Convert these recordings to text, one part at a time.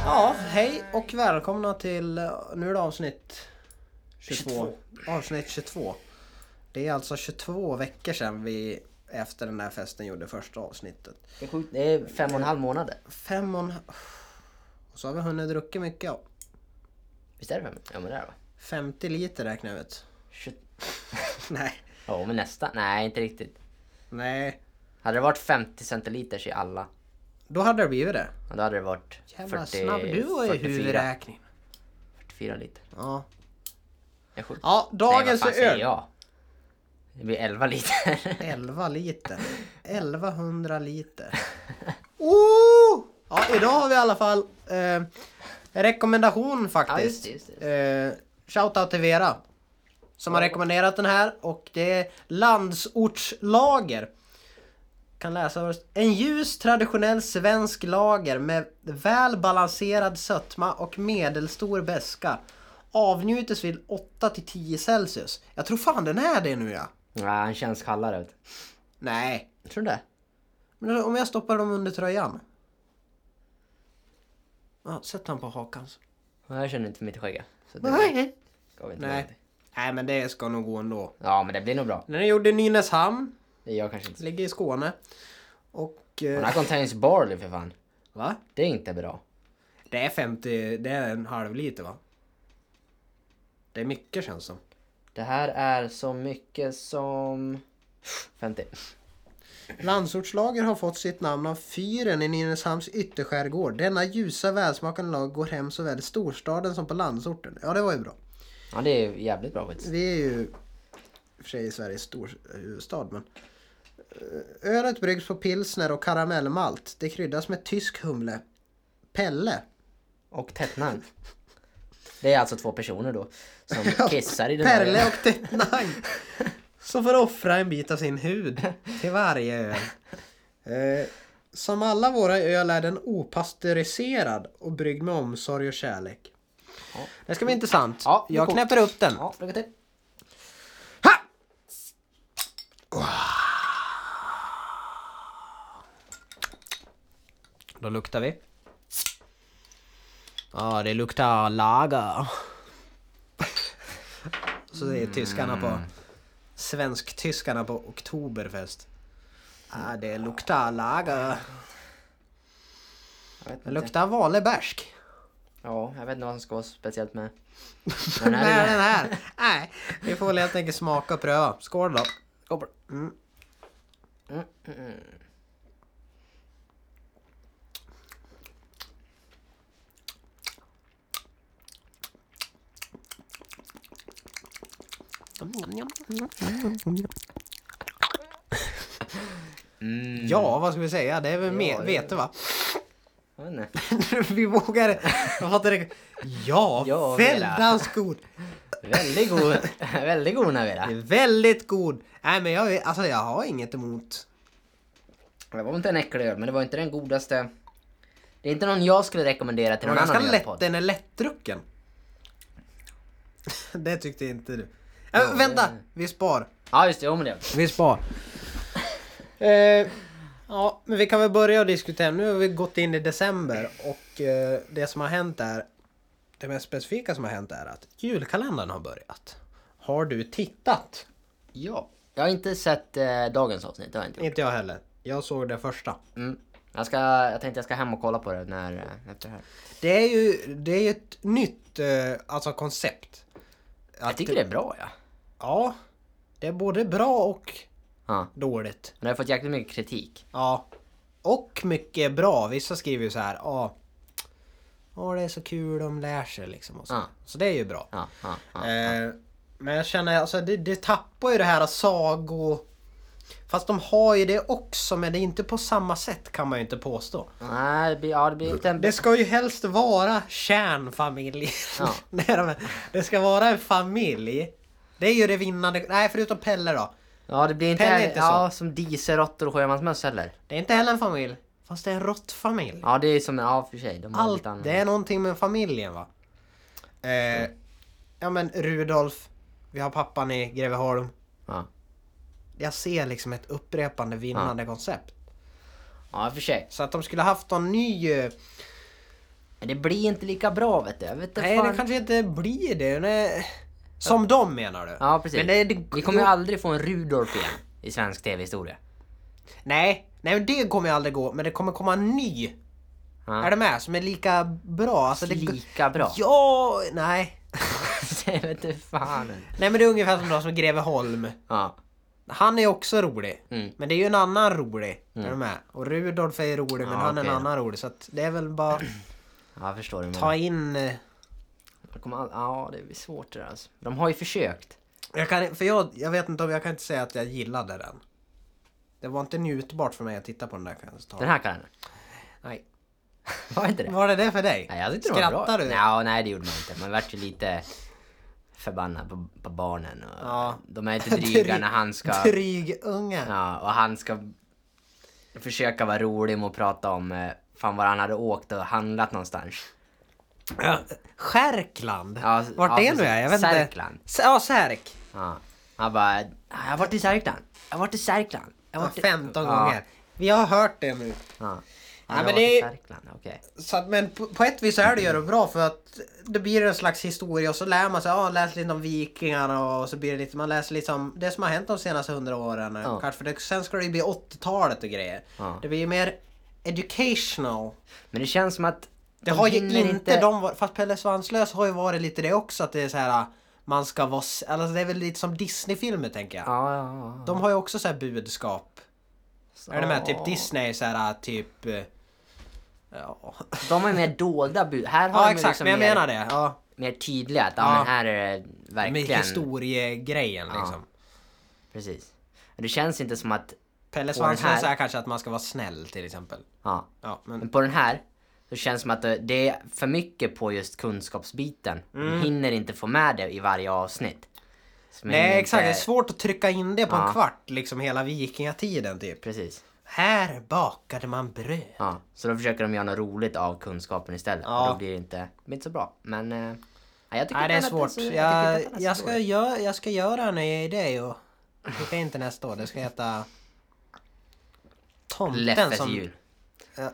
Hej och välkomna till, eh, nu är det avsnitt 22. Avsnitt 22. Det är alltså 22 veckor sedan vi efter den här festen gjorde första avsnittet. Det är, sjukt, det är fem och en halv månad. Fem och en... Och så har vi hunnit druckit mycket. ja. Visst är det fem? Ja men det är det va? 50 liter räknar jag ut. Shit. Nej. Ja men nästan. Nej inte riktigt. Nej. Hade det varit 50 centiliters i alla, Då hade det blivit det. ja, då hade det varit Jävla 40, snabb du var i 44, huvudräkningen. 44 liter. Ja. Det är sjukt. ja, Nej, dagens vad fan säger öl. jag? Det blir 11 liter. 11 liter. 1100 liter. Oh! Ja, idag har vi i alla fall eh, rekommendation ja just faktiskt. det, just det. Eh, Shoutout till Vera. Som har rekommenderat den här och det är Landsortslager. Kan läsa vad det står. En ljus traditionell svensk lager med väl balanserad sötma och medelstor beska. Avnjutes vid 8 till 10 Celsius. Jag tror fan den är det nu ja. Ja, han känns kallare. vet du. Nej. Tror du det? Men om jag stoppar dem under tröjan? Ja, sätt han på hakan. så. Ja, Jag känner inte för mitt skägg. Så det Nej. ska vi inte Nej. med. Nej men det ska nog gå ändå. Ja men det blir nog bra. Den är gjord i Nynäshamn. Det gör jag kanske inte. Ligger i Skåne. Och... Eh, Hon har contains barley för fan. va? Det är inte bra. Det är 50... Det är en halv liter va? Det är mycket känns som. Det här är så mycket som... 50. Landsortslager har fått sitt namn av fyren i Nynäshamns ytterskärgård. Denna ljusa välsmakande lag går hem såväl i storstaden som på landsorten. Ja det var ju bra. Ja det är jävligt bra faktiskt. Vi Alltså, är ju i och för sig i Sveriges stor- huvudstad men eh, Ölet bryggs på pilsner och karamellmalt. Det kryddas med tysk humle. Pelle. Och Tettnang. Det är alltså två personer då som Ja, kissar i den här Perle ölen. och Tettnang. Som får offra en bit av sin hud till varje öl. Eh, som alla våra öl är den opastöriserad och bryggd med omsorg och kärlek. Ja. Det ska bli intressant. Ja, det är Jag coolt. knäpper upp den. Ja, lycka till. Ha! Då luktar vi. Ja, det luktar lager. Så Mm. säger tyskarna på... Svensk-tyskarna på Oktoberfest. Ja, det luktar lager. Jag vet Det inte. luktar vanlig bärsk. Ja, jag vet inte vad som ska vara speciellt med Den den här, här. den här. Nej, vi får väl helt enkelt smaka och pröva. Skål då. Skål på det. Mm. Mm, mm, mm. Mm. Ja, vad ska vi säga? Det är väl Ja, med, det- vet du va? Jag vet inte. vi vågar... Jag fattar det. Ja, Ja, väldans god. Väldigt god, väldigt god Navera. Det är väldigt god. Nej men jag, alltså, jag har inget emot. Det var inte en äcklig öl, men det var inte den godaste. Det är inte någon jag skulle rekommendera till Den, någon ganska annan lätt, ölpodd. den är lättdrucken. det tyckte inte du. Äh, vänta, det- vi spar. Ja just det, jo men det. Vi spar. eh, ja, men vi kan väl börja och diskutera. Nu har vi gått in i december och eh, det som har hänt är det mest specifika som har hänt är att julkalendern har börjat. Har du tittat? Ja. Jag har inte sett eh, dagens avsnitt, det har jag inte gjort. Inte jag heller. Jag såg det första. Mm. Jag, ska, jag tänkte jag ska hem och kolla på det när, eh, efter det här. Det är ju, det är ju ett nytt eh, alltså koncept. Jag tycker det är bra ja. Ja. Det är både bra och ja. dåligt. Men jag har fått jäkligt mycket kritik. Ja. Och mycket bra. Vissa skriver ju så här, ja. Ja, det är så kul, de lär sig liksom. Och så. Ja. så det är ju bra. Ja, ja, ja. Eh, men jag känner, alltså det, det tappar ju det här sago... Fast de har ju det också, men det är inte på samma sätt kan man ju inte påstå. Nej, det blir, ja, det blir inte en... Det ska ju helst vara kärnfamilj. Ja. Nej, men det ska vara en familj. Det är ju det vinnande. Nej, förutom Pelle då. Ja, det blir inte, Pelle är inte så. ja, som dieselråttor och sjömansmöss heller. Det är inte heller en familj. Fast det är en råttfamilj. Ja, det är som, ja för sig. De har Allt, lite annan- det är någonting med familjen va? Mm. Eh, ja men Rudolf, vi har pappan i Greveholm. Ja. Jag ser liksom ett upprepande vinnande koncept. ja, för sig. Så att de skulle haft någon ny... eh, Men det blir inte lika bra vet du. Jag vet inte Nej, fan. det kanske inte blir det. Nej. Som de menar du? Ja, precis. Men det, det, Vi kommer ju aldrig få en Rudolf igen i svensk tv-historia. Nej, nej men det kommer ju aldrig gå. Men det kommer komma en ny. Ja. Är du med? Som är lika bra. Alltså, det, Lika bra. Ja, nej. Jag vet inte fan. Nej men det är ungefär som de som Greveholm. Ja. Han är också rolig. Mm. Men det är ju en annan rolig. Är du med? Och Rudolf är rolig men Ja, han är en okej. Mm. annan rolig. Så att det är väl bara ja, jag förstår. ta Ta... in... eh, Kommer all... Ja, det blir svårt det där alltså. De har ju försökt. Jag kan, för jag, jag vet inte om jag kan inte säga att jag gillade den. Det var inte njutbart för mig att titta på den där kan jag ta. Den här kalendern. Nej. Var inte det? Var det det för dig? Nej, jag tyckte det var bra. Skrattar du? Nja, nej det gjorde man inte. Man vart ju lite förbannad på, på barnen. Och Ja. De är lite dryga när han ska... Dryg unge. Ja, och han ska försöka vara rolig med att prata om eh, fan var han hade åkt och handlat någonstans. Ja. Skärkland? Ja, Vart ja, det precis. nu är? Jag vet Särkland. inte. S- Ja, Särk. Ja. Han bara, "Ah, jag har varit i Särkland. Jag har varit i Särkland. Jag har Ja, varit i... 15 Ja. gånger. Vi har hört det nu. Ja. Ja, Jag har men varit i det- Särkland, okej. Så att, men på, på ett vis är det ju det bra för att det blir en slags historia och så lär man sig, ja läs lite om vikingarna och så blir det lite, man läser lite om det som har hänt de senaste hundra åren. Ja. Kanske, för det, sen ska det ju bli 80-talet och grejer. Ja. Det blir ju mer educational. Men det känns som att... Det de har ju hinner inte, de var- fast Pelle Svanslös har ju varit lite det också att det är så här man ska vara, s- alltså det är väl lite som Disney-filmer tänker jag. Ja, ja, ja. De har ju också så här budskap. Är du med? Typ Disney är så här typ... eh, Ja, De har ju mer dolda bud. Här har ja de ju exakt, liksom men jag mer, menar det. Ja. mer tydliga att ja, Ja. men här är det Med verkligen... historiegrejen Ja. liksom. Precis. Men det känns inte som att... Pelle Och den Svanslös här- är kanske att man ska vara snäll till exempel. Ja. Ja, men Men på den här så känns det som att det- det är för mycket på just kunskapsbiten. Mm. De hinner inte få med det i varje avsnitt. Så de nej hinner exakt, det är inte- svårt att trycka in det på en Ja. kvart liksom hela vikingatiden typ. Precis. Här bakade man bröd. Ja. Så då försöker de göra något roligt av kunskapen istället. Ja. Och då blir det inte, det blir inte så bra. Men... eh, nej, jag tycker Nej det är inte att svårt. den är så- jag tycker Jag, inte att den är jag, så ska dålig. göra, jag ska göra en ny idé och skicka in till nästa år. Det ska heta... Tomten Leffes som... jul. Ja.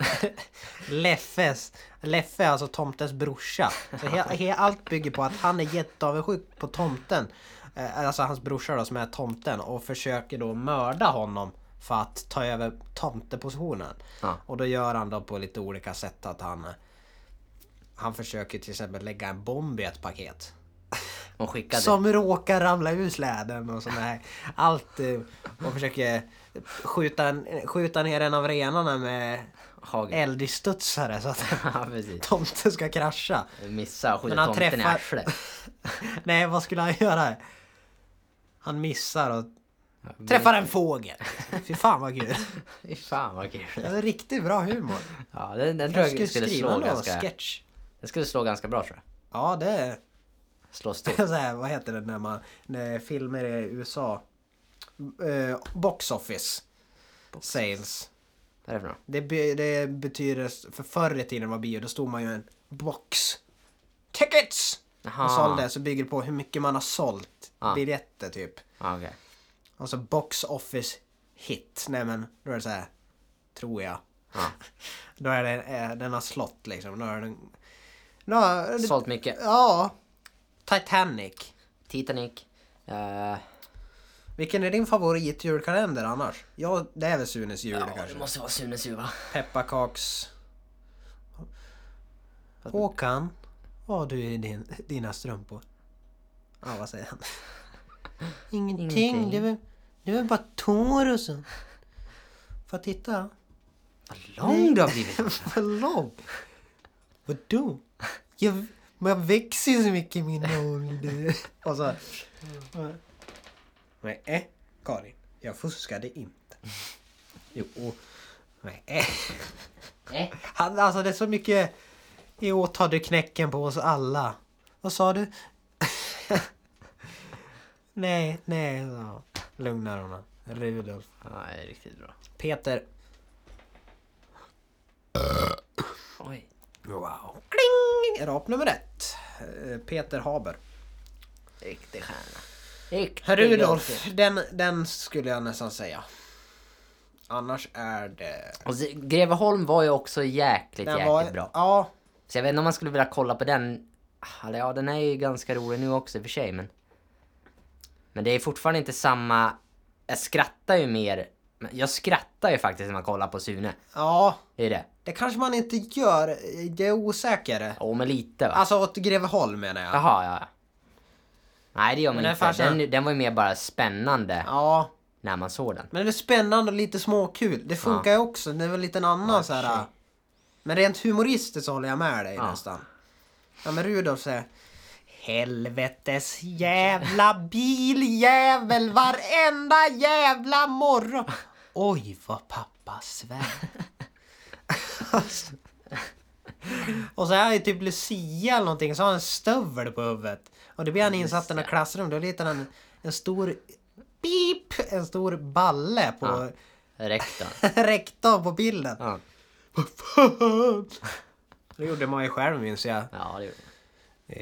Eh, Leffes. Leffe är alltså tomtens brorsa. Så he, he, allt bygger på att han är jätteavundsjuk på tomten. Eh, Alltså hans brorsa då som är tomten och försöker då mörda honom för att ta över tomtepositionen. Ja. Och då gör han då på lite olika sätt att han... Han försöker till exempel lägga en bomb i ett paket. De skickade. Som råkar ramla ur släden och sådär. Allt. eh, Och försöker skjuta, en- skjuta ner en av renarna med Hagel. eldstudsare så att Ja, precis. tomten ska krascha. Missa och Men skjuta han tomten i träffar- arslet. Nej, vad skulle han göra? Han missar och träffar en fågel. Fy fan vad kul. Fy fan vad kul. Det var riktigt bra humor. Ja, den, den tror Jag skulle jag skulle slå skriva någon ganska... sketch. Den skulle slå ganska bra tror jag. Ja, det är Slå stort. så här, vad heter det när man, när filmer i USA, eh, box office sales. Vad är det för något? Det, be, det betyder, för förr i tiden var bio, då stod man ju en box. Tickets! Jaha. Och sålde, så bygger det på hur mycket man har sålt Ja. biljetter typ. Ja, okej. Alltså box office hit. Nej men, då är det så här, tror jag. Ja. Då är det, eh, den har slått liksom. Då är den, då, har- Sålt mycket. Ja. Titanic. Titanic. eh, Vilken är din favorit julkalender annars? Ja, det är väl Sunes jul ja, det kanske. måste vara Sunes jul va? Pepparkaks... Håkan, vad har du i din, dina strumpor? Ja, vad säger han? Ingenting, Ingenting. Det, är väl, det är väl bara tår och så. Får jag titta? Vad lång du har blivit. Vad lång! Vadå? Jag, men jag växer ju så mycket i min ålder. Och så... Nej, eh, Karin. Jag fuskade inte. Jo. Nej. eh. Nej. Han, alltså det är så mycket... I år tar du knäcken på oss alla. Vad sa du? nej, nej, sa han. Lugnar honom. Rudolf. Ja, det är riktigt bra. Peter. Oj. Wow. Kling! Rap nummer ett. Eh, Peter Haber. Riktig stjärna. Riktig Rudolf, grattis. den, den skulle jag nästan säga. Annars är det... Och så- Greveholm var ju också jäkligt, Den jäkligt var- bra. Ja, Så jag vet inte om man skulle vilja kolla på den. Eller ja, den är ju ganska rolig nu också i och för sig, men... Men det är fortfarande inte samma... Jag skrattar ju mer... men Jag skrattar ju faktiskt när man kollar på Sune. Ja, Det är det. det kanske man inte gör. Det är osäkrare. Åh, men lite va? typ. Alltså åt Greveholm menar jag. Jaha, ja. ja. Nej, det gör man Men den inte. farsan- Den, den var ju mer bara spännande Ja, när man såg den. men det är spännande och lite småkul. Det funkar ju också. Det är väl lite en annan Ja, så här. shit. Men rent humoristiskt så håller jag med dig Ja. nästan. Ja men Rudolf säger Helvetes jävla biljävel varenda jävla morgon. Oj vad pappa svär. Och så är det typ Lucia eller någonting, så har han en stövel på huvudet. Och det blir han insatt i något klassrum, då letar han en, en stor pip, en stor balle på Rektorn. rektorn på bilden. Ja. Det gjorde man ju själv minns jag. ja, det gjorde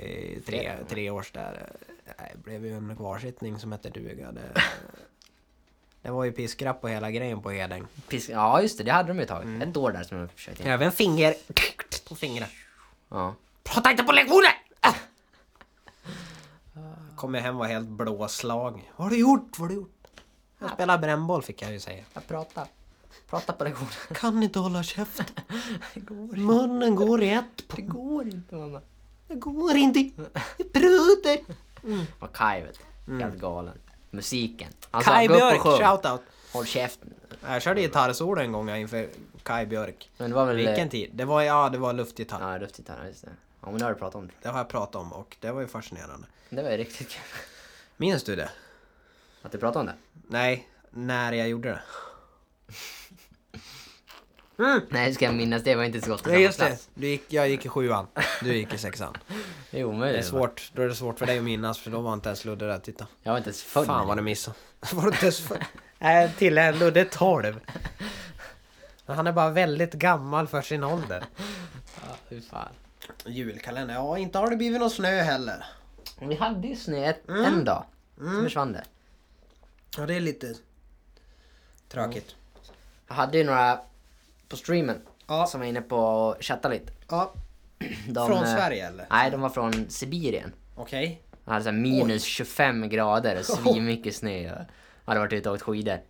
I tre, tre års där. eh, Det blev ju en kvarsittning som hette duga. Det, det var ju piskrapp på hela grejen på Hedäng. Pisk... Ja, just det. Det hade de ju tagit. Mm. Ett år där som de försökte in. Även finger... På fingrar. Ja. Prata inte på lektionen! Ah! Kom Ah. jag hem och var helt blåslag. Vad har du gjort? Vad har du gjort? Jag spelar brännboll fick jag ju säga. Jag pratar. Prata på lektionen. Kan inte hålla käften. Det går inte. Munnen går i ett. Det går inte mamma. Det går inte. Jag pruder. Och Kaj vet du. Helt galen. Musiken. Han sa, Kaj "Gå upp och Mm. Björk, sjung." shoutout. Håll käften. Jag körde gitarrsolo en gång inför Kaj Björk. Men det var väl... Vilken tid? Det var, ja, det var luftgitarr. Ja, luftgitarr. Just det. Ja, men det har du pratat om. Det har jag pratat om och det var ju fascinerande. Det var ju riktigt kul. Minns du det? Att du pratade om det. Nej, när jag gjorde det. Nej, hur ska jag minnas det? Jag var inte så gott i Nej samma just det. klass. Du gick, jag gick i sjuan, du gick i sexan. Det är omöjligt. Det är svårt, då är det svårt för dig att minnas för då var inte ens Ludde där. Titta. Jag var inte ens född. Fan vad du missade. Var du inte ens för... Nej, till är Ludde 12. Men han är bara väldigt gammal för sin ålder. Ja, fy fan. Julkalender, ja inte har det blivit någon snö heller. Men Vi hade ju snö ett- Mm. en dag. Sen försvann det. Ja det är lite tråkigt. Jag hade ju några på streamen Ja. som var inne på och chattade lite. Ja, De, från eh, Sverige eller? Nej, de var från Sibirien. Okej. De hade så här minus 25 grader och svinmycket snö. Och hade varit ute och åkt skidor.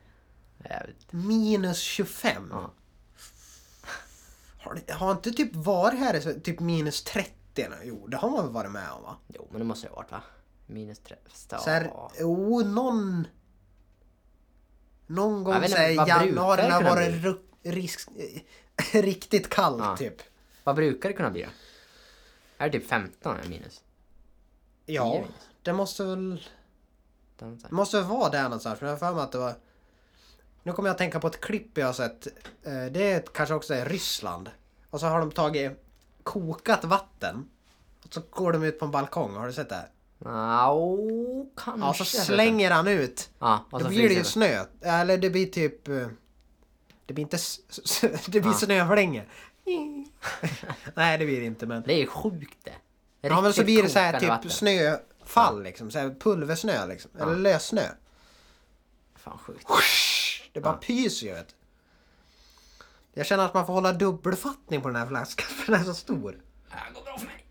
Jävligt. Minus 25? Ja. Har, det- har inte typ varit här i Sverige, typ minus 30? nu? Jo, det har man väl varit med om va? Jo, men det måste det ha varit va? Minus 3. Så här, oh, någon... Någon gång Jag vet så inte, här, i vad brukar januari det när det kunna varit ru- risk, riktigt kallt Ja. typ. Vad brukar det kunna bli då? Är det typ 15 är minus? Ja, minus. det måste väl... De sa- Det måste väl vara där någonstans, för jag har för mig att det var... Nu kommer jag att tänka på ett klipp jag har sett. Eh, Det är kanske också är Ryssland. Och så har de tagit kokat vatten. Och så går de ut på en balkong, har du sett det? här? Nja, åh, kanske. Ja, så slänger han ut. Ja, och Då så blir det fryser ju snö. Eller det blir typ... eh, Det blir inte... s- s- Det blir Ja. snöflingor. Nej, det blir det inte men... Det är ju sjukt det. Ja men så Riktigt blir det så här typ kokande vatten. snöfall liksom. Så här pulversnö liksom. Eller lössnö. Fan sjukt. Det bara pyser ju vet du. Jag känner att man får hålla dubbelfattning på den här flaskan för den är så stor. Det här går bra för mig.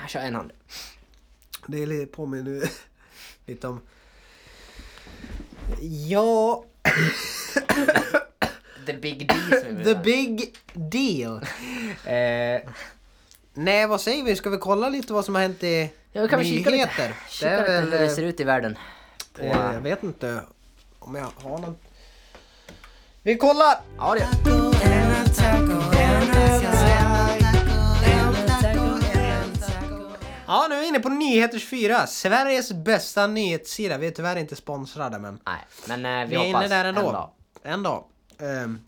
Jag kör en hand. Det är lite- påminner ju lite om... Ja, The big D som the big deal. eh, nej, vad säger vi? Ska vi kolla lite vad som har hänt i Ja, kan vi kika lite? nyheter? Kika lite väl, hur det eh, ser ut i världen. På... eh, Jag vet inte om jag har någon... Vi kollar! Ja, det Ja, nu är vi inne på Nyheters 4. Sveriges bästa nyhetssida. Vi är tyvärr inte sponsrade, men Nej, men eh, vi vi, är hoppas inne där ändå. en dag. En dag. Ehm,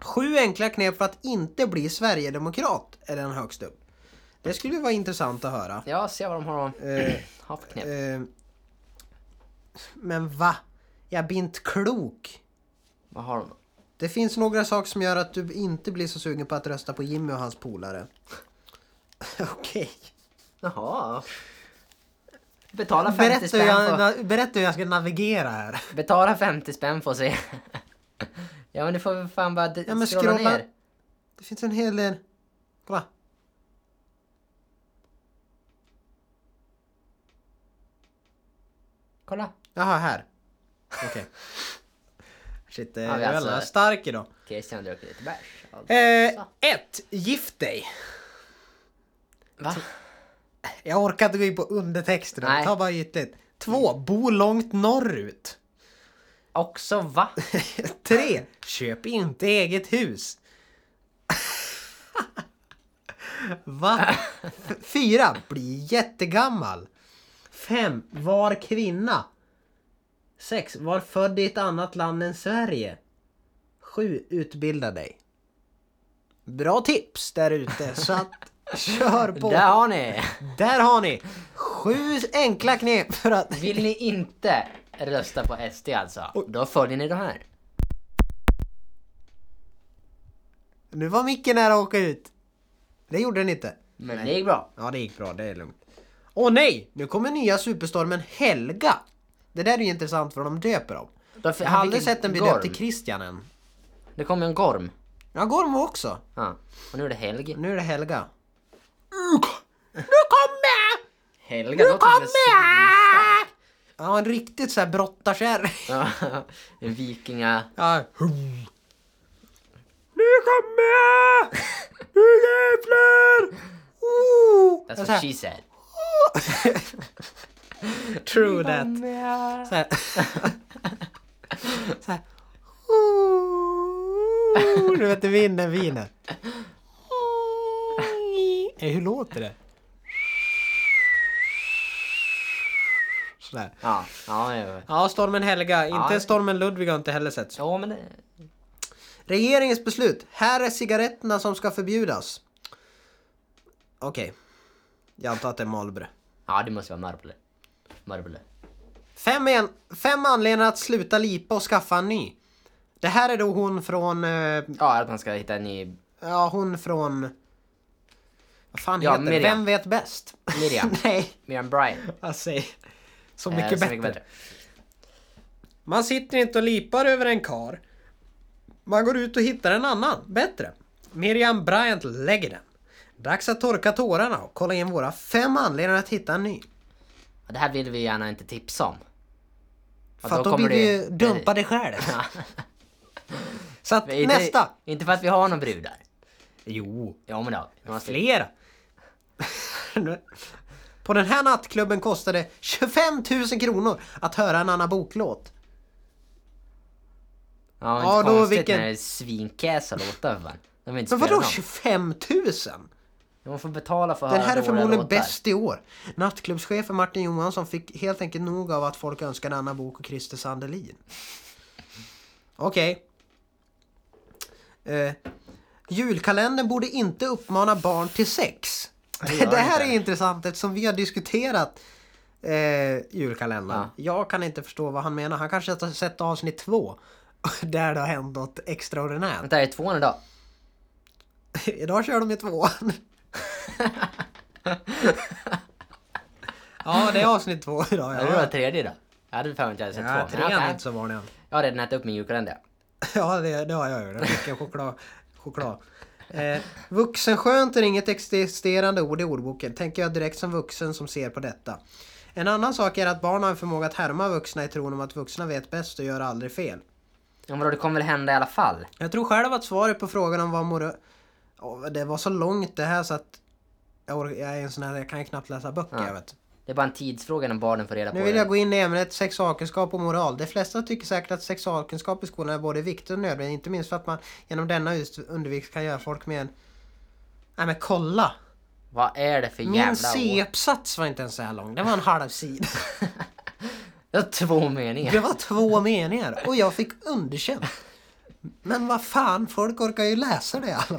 sju enkla knep för att inte bli Sverigedemokrat är den högst upp. Det skulle ju vara intressant att höra. Ja, se vad de har att Eh, ha för knep. ehm, men va? Jag blir inte klok. Vad har de då? Det finns några saker som gör att du inte blir så sugen på att rösta på Jimmy och hans polare. Okej. Jaha. Betala 50 Berätta hur, spänn jag, för... na- berätta hur jag ska navigera här. Betala 50 spänn för att se. ja, men du får väl fan bara d- Ja, men scrolla scrolla- ner. Det finns en hel del... Kolla. Kolla. Jaha, här. Okej. Shit, eh, Ja, vi jag är alltså- alltså... stark idag. Christian har druckit lite bärs. Alltså. Eh, ett, gift dig. Alltså. Va? Jag orkar inte gå in på undertexterna, Nej. ta bara ytligt. Två, bo långt norrut. Också va? Tre, köp inte eget hus. Va? F- Fyra, bli jättegammal. Fem, var kvinna. Sex, var född i ett annat land än Sverige. Sju, utbilda dig. Bra tips där ute så att kör på. Där har ni! Där har ni sju enkla knep för att... Vill ni inte rösta på SD alltså, då följer ni de här. Nu var micken nära att åka ut. Det gjorde den inte. Men det gick bra. Ja, det gick bra. Det är lugnt. Åh nej! Nu kommer nya superstormen Helga. Det där är ju intressant för de döper dem. Då fick- Jag har han aldrig fick sett den bli gorm. döpt till Christian än. Det kom ju en gorm. Ja, Gorm också. Ja. Och nu är det Helge. Nu är det Helga. Nu kommer! Helga låter som en svinstark. Ja, en riktigt så här brottarkärring. Ja, En vikinga... Ja. Nu kommer! Nu jävlar! Oh! That's Så här. what she said. True that. Så här. Så här. Oh, Du vet, vinden viner. Eh, Hur låter det? Sådär. Ja, ja, ja. Ja, stormen Helga. Inte Ja. stormen Ludvig har inte heller sett. Ja, men det... Regeringens beslut. Här är cigaretterna som ska förbjudas. Okej. Jag antar att det är Marlboro. Ja, det måste vara Marble. Marble. Fem, en, fem anledningar att sluta lipa och skaffa en ny. Det här är då hon från... eh, Ja, att man ska hitta en ny Ja, hon från... Vad fan Ja, heter det? Miriam. Vem vet bäst? Miriam. Nej, Miriam Bryant. alltså... Så Eh, mycket, så bättre. Man sitter inte och lipar över en kar. Man går ut och hittar en annan, bättre. Miriam Bryant lägger den. Dags att torka tårarna och kolla in våra fem anledningar att hitta en ny. Ja, Det här vill vi gärna inte tipsa om. Ja, För att då kommer blir du ju det- dumpa dig själv. Ja. Så att Men inte- nästa! Inte för att vi har någon brudar. Jo, Ja men då. Man ska- flera. På den här nattklubben kostade det 25 000 kronor att höra en Anna Boklåt. Ja, men Ja, inte då konstigt vilken- när det är svinkäsa låtar för fan. De vill inte Men spela vadå dem. 25 000? De får betala för att Den höra här är dåliga förmodligen låtar. bäst i år. Nattklubbschefen Martin Johansson fick helt enkelt nog av att folk önskade Anna Bok och Christer Sandelin. Okej. Eh, julkalendern borde inte uppmana barn till sex. Det Det, gör här inte. är intressant eftersom vi har diskuterat eh, julkalendern. Ja. Jag kan inte förstå vad han menar. Han kanske har sett avsnitt två. Där det har hänt något extraordinärt. Vänta, är det tvåan idag? Idag kör de ju tvåan. ja, det är avsnitt två idag. Eller var Ja, det tredje idag? Jag hade för mig att jag hade sett ja två. men trean är okej. inte så vanlig än. Jag har redan ätit upp min julkalender. Ja, det, det har jag ju. Jag fick en choklad. choklad. Eh, vuxenskönt är inget existerande ord i ordboken, tänker jag direkt som vuxen som ser på detta. En annan sak är att barn har en förmåga att härma vuxna i tron om att vuxna vet bäst och gör aldrig fel. Ja, men då, det kommer väl hända i alla fall? Jag tror själv att svaret på frågan om vad mor... Åh, det var så långt det här så att... Jag, or- jag är en sån här, jag kan ju knappt läsa böcker Ja. jag vet. Det är bara en tidsfråga när barnen får reda Nu på vill det. jag gå in i ämnet sexualkunskap och moral. De flesta tycker säkert att sexualkunskap i skolan är både viktigt och nödvändigt, inte minst för att man genom denna just- undervisning kan göra folk med en... Nej men kolla! Vad är det för jävla Min C-uppsats var inte ens så här lång, det var en halv sida. Det var två meningar. Det var två meningar och jag fick underkänt. Men vad fan, folk orkar ju läsa det i alla fall.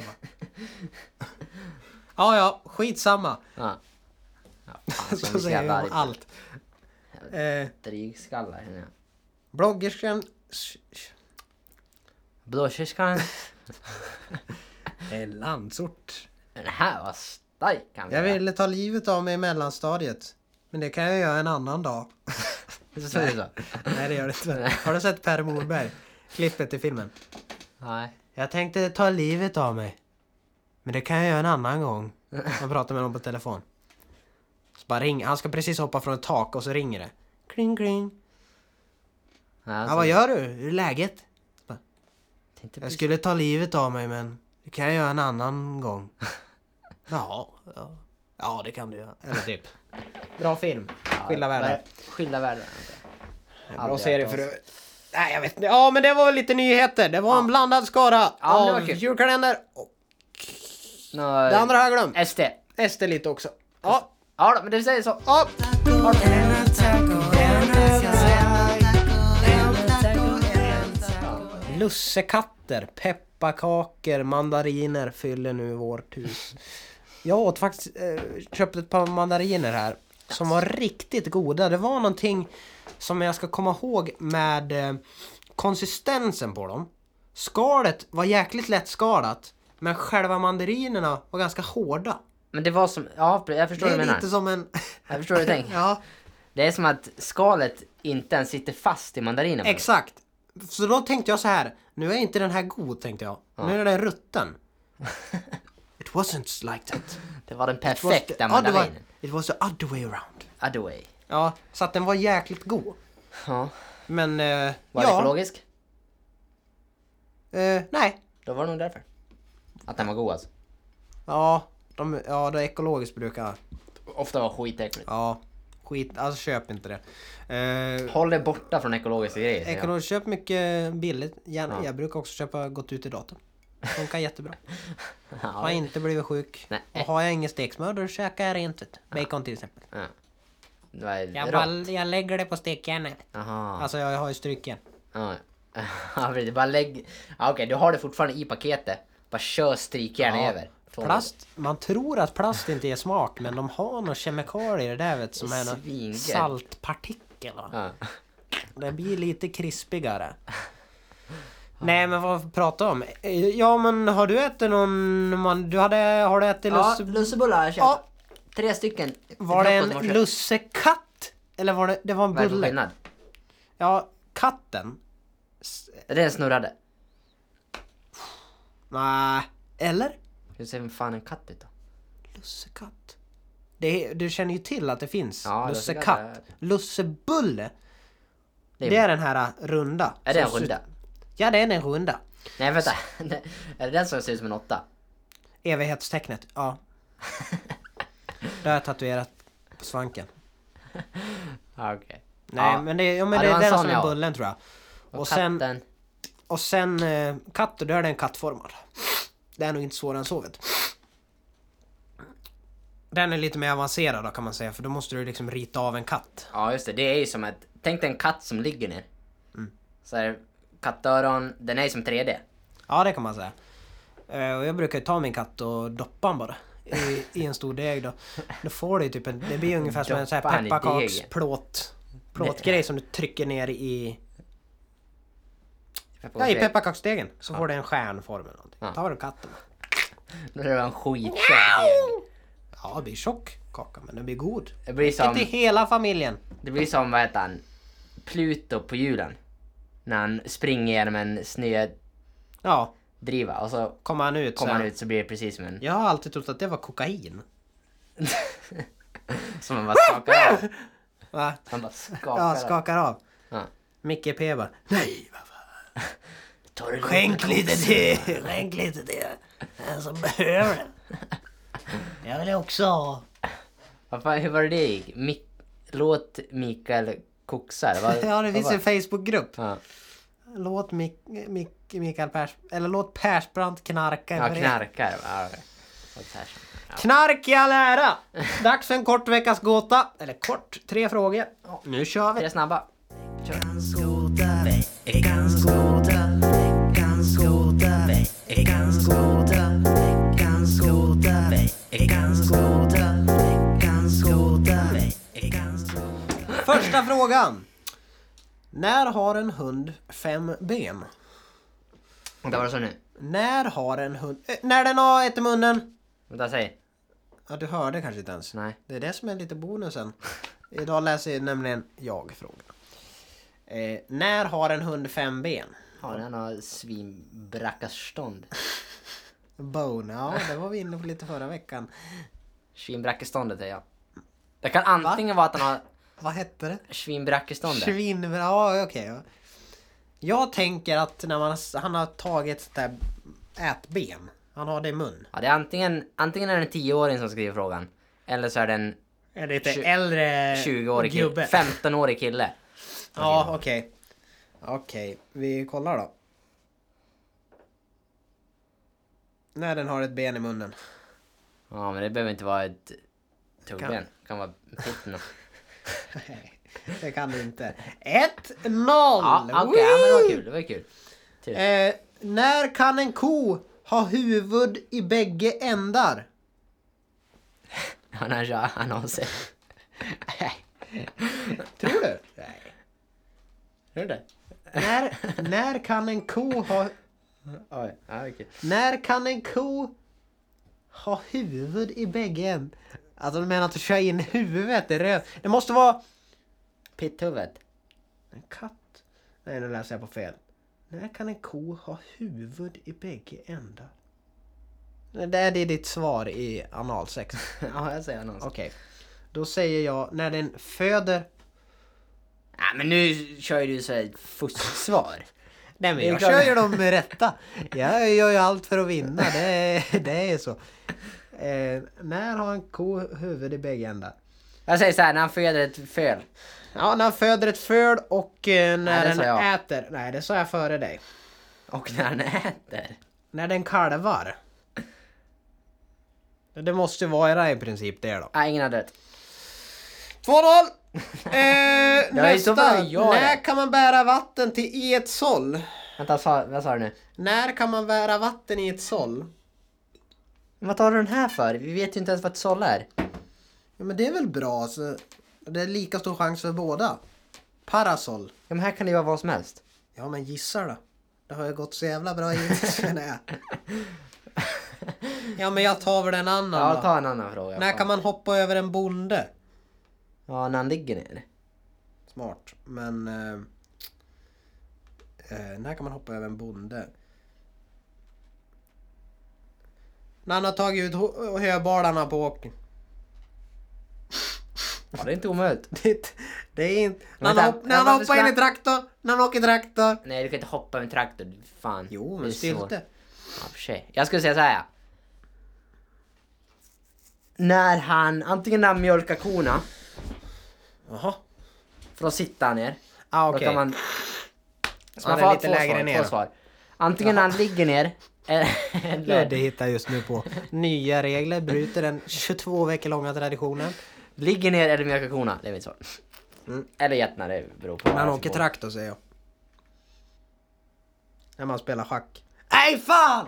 Ja, ja, skitsamma. Ja. Ja, fan, Så så jävla säger jag jävla om allt. Eh, Drygskallar känner jag. bloggerskan... Blåkörskan. Eh, landsort. Den här var stark kan vi Jag säga. ville ta livet av mig i mellanstadiet. Men det kan jag göra en annan dag. Så står det så. Nej, det gör det inte. Har du sett Per Morberg? Klippet i filmen. Nej. Jag tänkte ta livet av mig. Men det kan jag göra en annan gång. Jag pratar med honom på telefon. Så bara ring. Han ska precis hoppa från ett tak och så ringer det. Kling, kling. Ja, vad gör du? Hur är läget? Tänkte Jag precis- skulle ta livet av mig men det kan jag göra en annan gång. Jaha. Ja, ja det kan du göra. Eller typ. Bra film. Skilda världar. Skilda världar. Bra Aldrig serie hört för talas. övrigt. Nej jag vet inte. Ja men det var lite nyheter. Det var en blandad skara Ja, men det var av kul. julkalender. Och Nå, det andra har jag glömt. SD. SD lite också. Ja. Ja då, men det säger så. ja. Lussekatter, pepparkakor, mandariner fyller nu vårt hus. Jag åt faktiskt, eh, köpte ett par mandariner här som var riktigt goda. Det var någonting som jag ska komma ihåg med eh, konsistensen på dem. Skalet var jäkligt lättskalat men själva mandarinerna var ganska hårda. Men det var som, ja jag förstår Det vad du är menar. lite som en... Jag förstår hur du tänker. ja, Det är som att skalet inte ens sitter fast i mandarinen. exakt. Så då tänkte jag så här, nu är inte den här god tänkte jag. Nu är den rutten. It wasn't like that. det var den It was perfekta the other way- mandarinen. It was the other way around. Other way. Ja, så att den var jäkligt god. Ja. Men... Eh, Var det ja, ekologisk? eh, Nej. Då var det nog därför. Att den var god alltså. Ja, de, ja, det ekologiskt brukar... Ofta var skitäckligt. Ja, skit. Alltså köp inte det. Eh, Håll dig borta från ekologiska grejer. säger jag. ekologiskt, köp mycket billigt. Gärna. Ja. Jag brukar också köpa Gått ut i datorn. Funkar jättebra. Har Ja. inte blivit sjuk. Nej. Och har jag ingen steksmör då käkar jag rent. vet du. Bacon till exempel. ja. Det var Jag, rått. bara, jag lägger det på stekjärnet. Jaha. Alltså jag har ju strykjärn. Ja. Ja, precis. bara lägg... Ja, okej, du har det fortfarande i paketet. Bara kör strykjärn Ja, över. Från- Plast, man tror att plast inte ger smak men de har några kemikalier där vet, som är någon Svingött. saltpartikel. va? Ja. Det blir lite krispigare. Nej men vad pratar vi om? Eh, Ja men har du ätit någon, man, du hade, har du ätit Ja, luss... lussebullar har jag köpt. Ja. Tre stycken. var det en Frukost i morse. lussekatt? Eller var det, det var en Vad är det för bulle? skillnad? Ja, katten? Är det en snurrade? Nej, eller? Hur ser fan en katt ut då? Lussekatt. Det, är- du känner ju till att det finns Ja, lussekatt. lussekatt Lussebulle. Det är- Det är den här äh, runda. Är det en Som runda? ser- Ja, det är den runda. Nej vänta. är det den som ser ut som en åtta? Evighetstecknet, ja. Det har jag tatuerat på svanken. Ja, okej. Nej, Ja. men det, ja, men Ja, det det, var är den en sån som är jag åt. bullen tror jag. Och, Och sen, katten? och sen eh, katt, då är den kattformad. Det är nog inte svårare än så vet du. Den är lite mer avancerad då kan man säga för då måste du liksom rita av en katt. Ja just det, det är ju som ett... Tänk dig en katt som ligger ner. Mm. Så här, kattöron, den är ju som 3D. Ja, det kan man säga. Eh, Och jag brukar ju ta min katt och doppa den bara. I, I en stor deg då. Då får du ju typ en, det blir ungefär som en sån här Doppa den i degen. pepparkaksplåt. Plåtgrej som du trycker ner i, ja, i pepparkaksdegen. Så får du en stjärnform eller någonting. Ja. Ta du katten. Det var en skitkänd Ja, det blir tjock kaka men den blir god. Det blir som... Till hela familjen. Det blir som, vad heter han, Pluto på julen. När han springer genom en snödriva Ja, och så kommer han ut kommer sen. han ut så blir det precis som en... Jag har alltid trott att det var kokain. Som man bara skakar av. Va? Han bara skakar Ja, av. skakar av. Ja. Micke P bara, nej vad fan. Tar det lugnt. Skänk lite till, skänk lite till den som behöver det. Jag vill också ha. Vad fan, hur var det det gick? Mik- Låt Mikael koksa. eller vad- Ja, det vad finns var en Facebookgrupp. Ja, Låt Mik Mik Mikael Pers eller låt Persbrandt knarka. i ja fred. knarkar. Ja, okej. Och så här så. Ja. Knark i all ära! Dags för en kort veckas gåta. Eller kort, tre frågor. Nu kör vi. Tre snabba. Kör. Första frågan. När har en hund fem ben? Vänta, var det så nu? När har en hund... eh, när den har ett i munnen? Vänta, säg. Ja, du hörde kanske inte ens. Nej. Det är det som är lite bonusen. Idag läser jag nämligen jag frågorna. Eh, när har en hund fem ben? Har han några svinbrackarstånd? Bone, ja det var vi inne på lite förra veckan. Svinbrackeståndet är jag. Det kan antingen vara att han har Vad hette det? svinbrackeståndet. Svin... Ja, okej. ja. Jag tänker att när man, han har tagit ett sånt där ätben, han har det i mun. Ja, det är antingen, antingen är det en 10-åring som skriver frågan. Eller så är det en En lite Tju- äldre 20-årig kille. Eh, gubbe. 15-årig kille. Ja, okej. Okej, vi kollar då. När den har ett ben i munnen. Ja, men det behöver inte vara ett tuggben. Kan- Det kan vara pitten. Nej, det kan du inte. 1-0! Ja, okej. ja, men det var kul. Det var kul. Eh, när kan en ko ha huvud i bägge ändar? Han har kört annonser. Tror du? Nej. Hör du det? När, när kan en ko ha... Oj, ja, okej. När kan en ko ha huvud i bägge ändar? Alltså du menar att du kör in huvudet i röv? Det måste vara... Pitthuvudet. En katt? Nej, nu läser jag på fel. När kan en ko ha huvud i bägge ändar? Nej, Det är det ditt svar i analsex. Ja, jag säger annonser. Okej. Då säger jag när den föder... Nej, men nu kör ju du så här fusksvar. Nej men Det är jag klart. kör ju dem med rätta. Jag gör ju allt för att vinna. Det är, det är så. Eh, när har en ko huvud i bägge ändar? Jag säger så här, när han föder ett föl. Ja, när han föder ett föl och eh, när det sa den jag. äter. Nej, det sa jag före dig. Och när han äter. När den kalvar. Det måste vara i princip det då. Nej, ingen har dött. 2-0! Eh, är så nästa! vad jag är. När kan man bära vatten till i ett såll? Vänta, sa, vad sa du nu? När kan man bära vatten i ett såll? Vad tar du den här för? Vi vet ju inte ens vad ett såll är. Ja, men det är väl bra? Så det är lika stor chans för båda. Parasoll. Ja, men här kan det ju vara vad som helst. Ja, men gissa då. Det har ju gått så jävla bra hittills känner jag. Ja, men jag tar väl den annan Ja, då. ta en annan fråga. När kan man hoppa över en bonde? Ja, när han ligger ner. Smart, men... Eh, eh, när kan man hoppa över en bonde? När han har tagit ut ho- höbalarna på åkning. Ja, det är inte omöjligt. Det, det är inte... När han, Vänta, hopp, när han varför hoppar ska in i han- traktorn, när han åker traktor. Nej, du kan inte hoppa över en traktor. du- Fan. Jo, Det är men svårt. sylte. Ja, för sig. Jag skulle säga så här. När han, antingen när han mjölkar korna, Jaha. för då sitter han ner. Ah, Då okej. kan man... Så Ja, man det får är ha lite två lägre svar, ner två då. svar. Antingen när han ligger ner, eller... Ludde hittar just nu på nya regler, bryter den 22 veckor långa traditionen. Ligger ner eller mjölkar korna, det är mitt svar. Eller getna, det beror på. vad När han det är Mm. åker för traktor säger jag. När man spelar schack. Nej fan!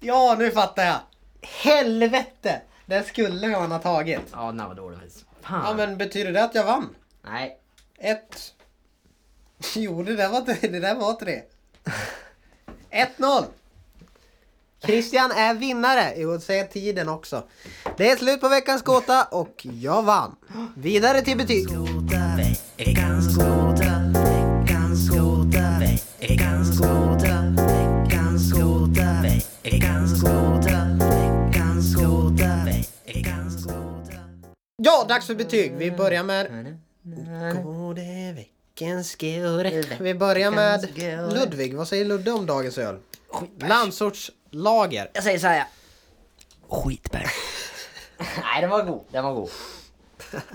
Ja nu fattar jag! Helvete! Det skulle man ha tagit. båt. Ja, den här var dålig faktiskt. Ja Fan. men betyder det att jag vann? Nej. Ett. Jo det där var tre. Det där var tre. 1-0. Christian är vinnare. Jo, säger tiden också. Det är slut på veckans gåta och jag vann. Vidare till betyg. Veckans gåta, veckans gåta, veckans gåta, veckans gåta, veckans gåta, veckans gåta, veckans gåta. Ja, dags för betyg. Vi börjar med... Gode veckans gore. Vi börjar med Ludvig. Vad säger Ludde om dagens öl? Landsortslager. Jag säger så här. Skitbär. Nej, den var god. Den var god.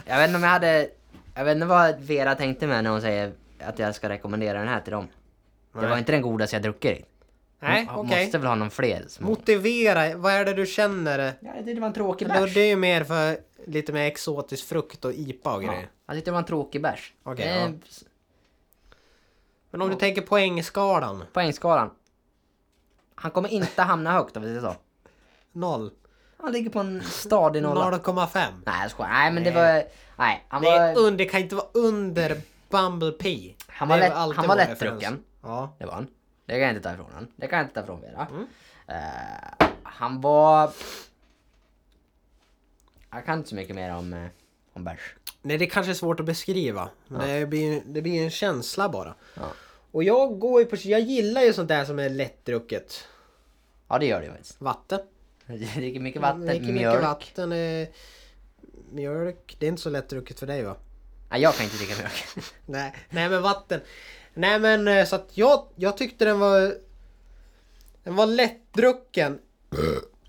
Jag vet inte om jag hade... Jag vet inte vad Vera tänkte med när hon säger att jag ska rekommendera den här till dem. Det var inte den godaste jag druckit. Nej, Jag okej. Måste väl ha någon fler små. Motivera. Vad är det du känner? Ja, jag tyckte det var en tråkig bärs. Ludde är ju mer för lite mer exotisk frukt och IPA och Ja, grejer. jag tyckte det var en tråkig bärs. Okej, Eh, ja. Men om du tänker poängskalan. Poängskalan. Han kommer inte hamna högt om vi säger så. noll. Han ligger på en stadig nolla. 0,5. Nej jag skojar. Nej men det var... Nej han Det, är var... un- det kan inte vara under Bumble Pea. Han var Det är lätt- alltid han var vår referens. lättdrucken. Ja. Det var han. Det kan jag inte ta ifrån han. Det kan jag inte ta ifrån Vera. Mm. Eh, han var... Jag kan inte så mycket mer om, eh, om bärs. Nej, det kanske är svårt att beskriva. Men det, blir, det blir en känsla bara. Ja. Och jag går ju på... Jag gillar ju sånt där som är lättdrucket. Ja det gör det ju faktiskt. Vatten. Jag dricker mycket vatten, Mycket, mycket mjölk. vatten. Eh, mjölk. Det är inte så lättdrucket för dig va? Nej, jag kan inte dricka mjölk. Nej, nej men vatten. Nej men eh, så att jag, jag tyckte den var... Den var lättdrucken.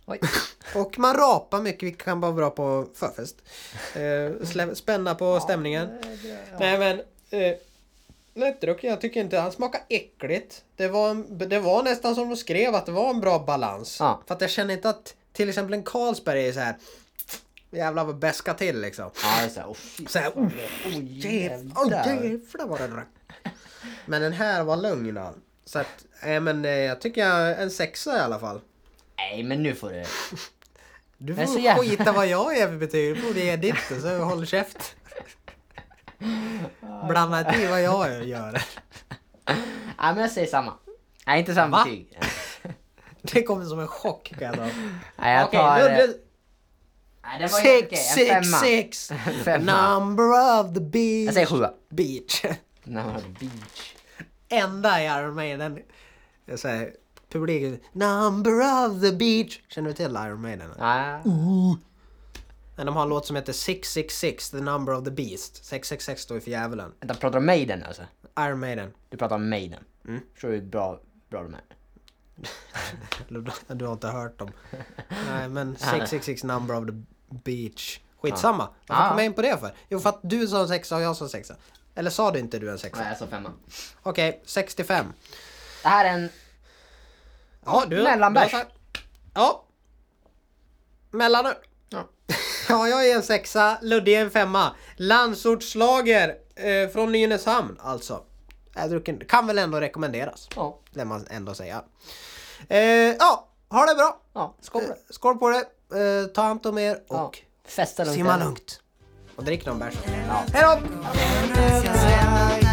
Oj. Och man rapar mycket, vilket kan vara bra på förfest. Eh, slä- Spänna på stämningen. Nej men... Eh, lättdrucken, jag tycker inte han smakar äckligt. Det var, en, det var nästan som de skrev att det var en bra balans. Ja. För att jag känner inte att till exempel en Carlsberg är så här... Jävlar vad bäska till liksom. Ja, det är såhär, oh, fy. Så här, oh, jävlar, oh, jävlar vad den drack. Men den här var lugn. då. Så att, eh, men eh, jag tycker jag en sexa i alla fall. Nej, men nu får du. Du Men får så jävla- skita vad jag ger för betyg. Du borde ge ditt och så håll käft. Blanda inte i vad jag gör. Nej, men jag säger samma. Nej, inte samma Va? betyg. Det kommer som en chock kan jag ta. Nej, jag Okej, tar... eh, Ludde- Nej, det var helt Six, okej. En six, femma. six. En femma. Number of the beach. Jag säger sjua. Beach. Number of beach. Enda i Iron Maiden. Jag säger publiken. Number of the beach. Känner du till Iron Maiden? Ja, Mm. Men de har en låt som heter 666, The Number of the Beast. 666 står ju för djävulen. vänta, pratar du om Maiden alltså? Iron Maiden. Du pratar om Maiden. Mm. Förstår du hur bra, bra de är? Du, du har inte hört dem. Nej men 666, Number of the Beach. Skitsamma. Varför Ah. kom jag in på det för? Jo för att du sa en sexa och jag sa en sexa. Eller sa du inte du en sexa? Nej, jag sa femma. Okej, 65. Det här är en... Ja, du, Mellanbärs. du har sagt- Ja. Mellan... Ja. Ja. ja, jag är en sexa, Ludde är en femma. Landsortslager eh, från Nynäshamn alltså. Äh, drucken- kan väl ändå rekommenderas. Ja. Det man ändå säga. Eh, ja, ha det bra! Ja, skål på Eh, det. skål på det! Eh, ta hand om er Ja. och Festa lugnt. simma lugnt. Och drick någon bärs. Ja. Hej då! Svenska